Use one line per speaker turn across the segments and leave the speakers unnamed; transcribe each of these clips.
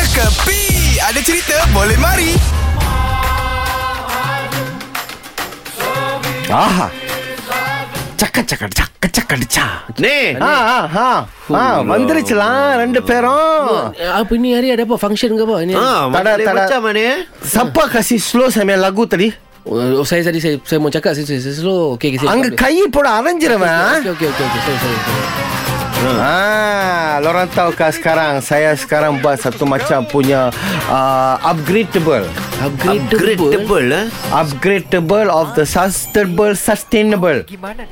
Kepi Ada cerita boleh mari
Ah. சக்க சக்க சக்க சக்க சா
Ni
ஆ ஆ ஆ ஆ வந்துருச்சுலாம் ரெண்டு பேரும்
Eh, Apa ni hari ada apa Function ke apa ini?
Ha,
Tak ada,
mana lain
tak ada.
macam mana eh?
Siapa kasih slow sambil lagu tadi?
Oh, saya tadi saya, saya mau cakap saya, saya, saya slow. Okey okey. saya
அங்க
faham.
கை போட அரைஞ்சிருவன்
Okey okey okey okey. Sorry sorry.
Ah, lorang tahukah sekarang saya sekarang buat satu macam punya uh, upgradable.
Upgrade
Upgradable eh?
Upgradable of the sustainable sustainable.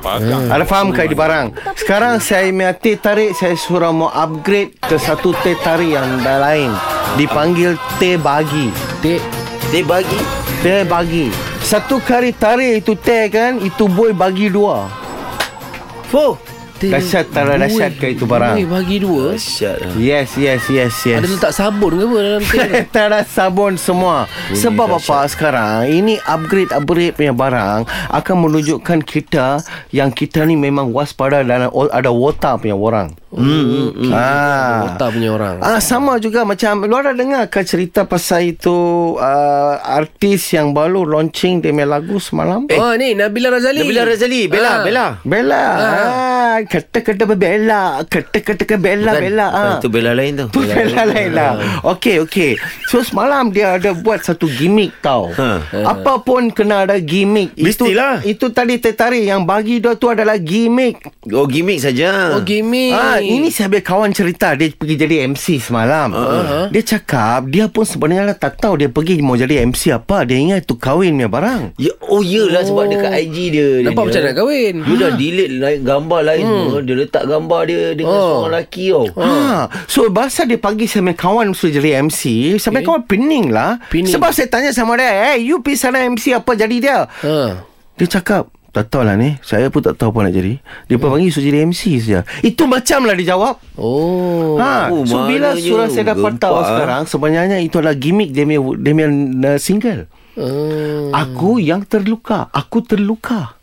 Hmm. Ada faham ke di barang? Sekarang saya punya teh tarik saya suruh mau upgrade ke satu teh tarik yang dah lain. Dipanggil teh bagi.
Dek.
Dia bagi
Teh bagi. Satu kali tarik itu teh kan, itu boy bagi dua.
Fuh
dek-
Dahsyat tak ada
Ui,
dahsyat ke itu barang?
ui, bagi dua.
Asyad lah
Yes, yes, yes, yes.
Ada letak sabun ke apa dalam teh? tu?
tak ada sabun semua Sebab apa sekarang Ini upgrade-upgrade punya barang Akan menunjukkan kita Yang kita ni memang waspada Dan ada water punya orang hmm, ah.
Otak punya orang.
Ah, sama juga macam Lu ada dengar ke cerita pasal itu uh, Artis yang baru launching Dia punya lagu semalam
Oh ni Nabila Razali.
Bila Razali Bella
Ah.
Bella
Bella ah. Kata-kata Bella Kata-kata ke Bella Bella ah.
Itu Bella lain
Tu
tu
Bella lain lah
Ah.
Okay okay So semalam dia ada buat satu gimmick tau Ah.
Ha.
Apa pun kena ada gimmick
Mestilah.
Itu, itu tadi tertarik Yang bagi dia tu adalah gimmick
Oh gimmick saja
Oh gimmick.
Ah, ini saya habis kawan cerita Dia pergi jadi MC semalam
Ah,
uh-huh. Dia cakap Dia pun sebenarnya dah tak tahu Dia pergi mau jadi MC apa Dia ingat tu kahwin punya barang
Ya, oh yelah oh. sebab dekat IG dia
Nampak
dia,
macam nak kahwin.
Dia dah delete lain, gambar lain hmm. semua Dia letak gambar dia dengan oh.
Oh.
seorang lelaki tau oh.
Ha. So bahasa dia pagi sama kawan Suruh jadi MC Sama
Eh.
okay. kawan pening lah
Pening.
Sebab saya tanya sama dia Eh you pergi sana MC apa jadi dia
Ha.
Dia cakap Tak tahu lah ni Saya pun tak tahu apa nak jadi Dia pun panggil suruh jadi MC saja Itu macam lah dia jawab
Oh.
Ha,
oh,
so bila
maknanya
surah saya dapat
gempak,
tahu
ah.
sekarang Sebenarnya itu adalah gimmick dia punya, dia punya uh, single
Hmm.
Aku yang terluka Aku terluka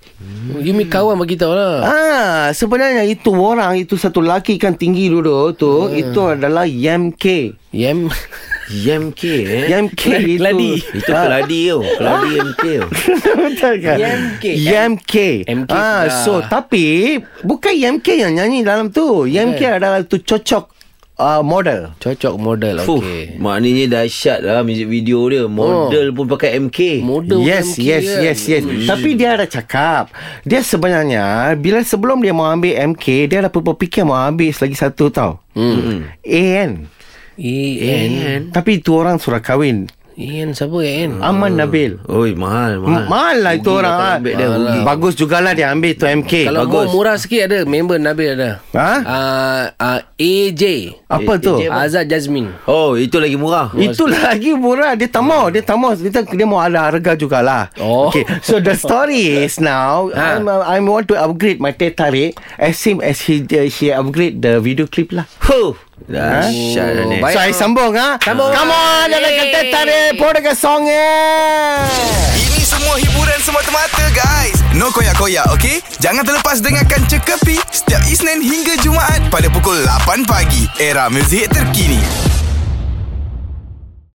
Gimmick kawan bagi tahu lah.
Ah, sebenarnya itu orang Itu satu lelaki kan tinggi dulu tu Itu adalah Yam K
Yam.
YMK eh
Yam K itu
Keladi.
Itu keladi tau Keladi oh. YMK tau
Betul kan?
YMK.
YMK.
MK
Ah,
sudah.
so tapi bukan YMK yang nyanyi dalam tu. YMK adalah tu cocok uh, model.
Cocok model
Fuh,
okey.
maknanya dahsyat lah music video dia. Model oh. pun pakai MK.
Model
yes,
macam
yes,
kan?
yes, yes.
Hmm.
Tapi dia ada cakap, dia sebenarnya bila sebelum dia mau ambil MK, dia ada berfikir mau habis lagi satu tau. Hmm. AN.
EN.
Tapi itu orang surah kahwin.
EN siapa EN?
Aman Nabil.
Oi, mahal,
M-
mahal.
Mahal lah itu
Rugi
orang.
Hmm. kalau
ah.
ambil dia, rugi.
Bagus jugalah dia ambil tu MK.
Kalau
eh, Bagus.
mau murah sikit ada member Nabil ada.
Ha?
Uh, uh, AJ.
Apa tu?
Eh,
Azad Jasmine.
Oh, itu lagi murah.
Itu lagi murah Dia tak mau Dia tak mau Dia, dia mau ada harga jugalah
Oh.
okay. So the story is now ha. I'm, I'm want to upgrade my teh tarik As same as he, uh, he upgrade the video clip lah Ha?
Huh. Dahsyat lah ni.
Oh, baik.
So I sambung ha sambung. Come on Dia nak teh tarik Pun dekat song eh
Ini semua hiburan semata-mata guys No koyak-koyak ok Jangan terlepas dengarkan Cekapi Setiap Isnin hingga Jumaat Pada pukul 8 pagi Era muzik terkini